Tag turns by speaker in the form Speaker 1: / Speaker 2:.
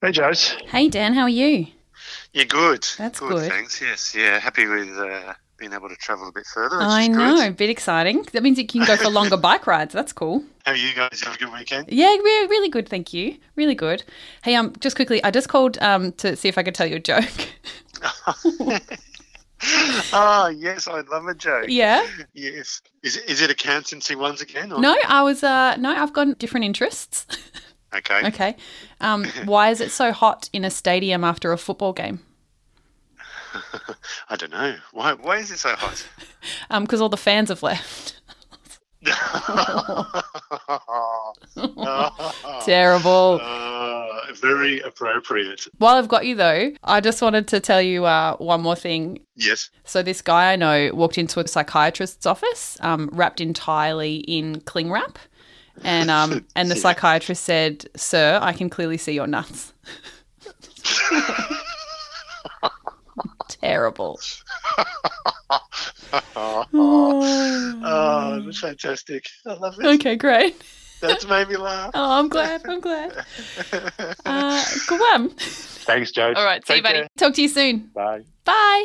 Speaker 1: Hey, Joes.
Speaker 2: Hey, Dan, how are you?
Speaker 1: Yeah, good.
Speaker 2: That's good.
Speaker 1: Thanks. Yes. Yeah. Happy with uh, being able to travel a bit further. which
Speaker 2: I
Speaker 1: is good.
Speaker 2: know, a bit exciting. That means you can go for longer bike rides. That's cool.
Speaker 1: How are you guys? Have a good weekend.
Speaker 2: Yeah, we're really good, thank you. Really good. Hey, um, just quickly, I just called um to see if I could tell you a joke.
Speaker 1: Ah, yes. I love a joke.
Speaker 2: yeah.
Speaker 1: Yes. Is it, is it accountancy once again? Or?
Speaker 2: No, I was uh no, I've got different interests.
Speaker 1: Okay.
Speaker 2: okay. Um, why is it so hot in a stadium after a football game?
Speaker 1: I don't know. Why? Why is it so hot?
Speaker 2: Um, because all the fans have left. Oh. Terrible.
Speaker 1: Uh, very appropriate.
Speaker 2: While I've got you though, I just wanted to tell you uh one more thing
Speaker 1: Yes.
Speaker 2: So this guy I know walked into a psychiatrist's office, um, wrapped entirely in cling wrap, and um, and the psychiatrist said, "Sir, I can clearly see your nuts." Terrible.
Speaker 1: Ah, Oh, that's fantastic. I love it.
Speaker 2: Okay, great.
Speaker 1: That's made me laugh.
Speaker 2: Oh, I'm glad. I'm glad. Uh, good one.
Speaker 1: Thanks, Joe.
Speaker 2: All right. See you, buddy. Talk to you soon.
Speaker 1: Bye.
Speaker 2: Bye.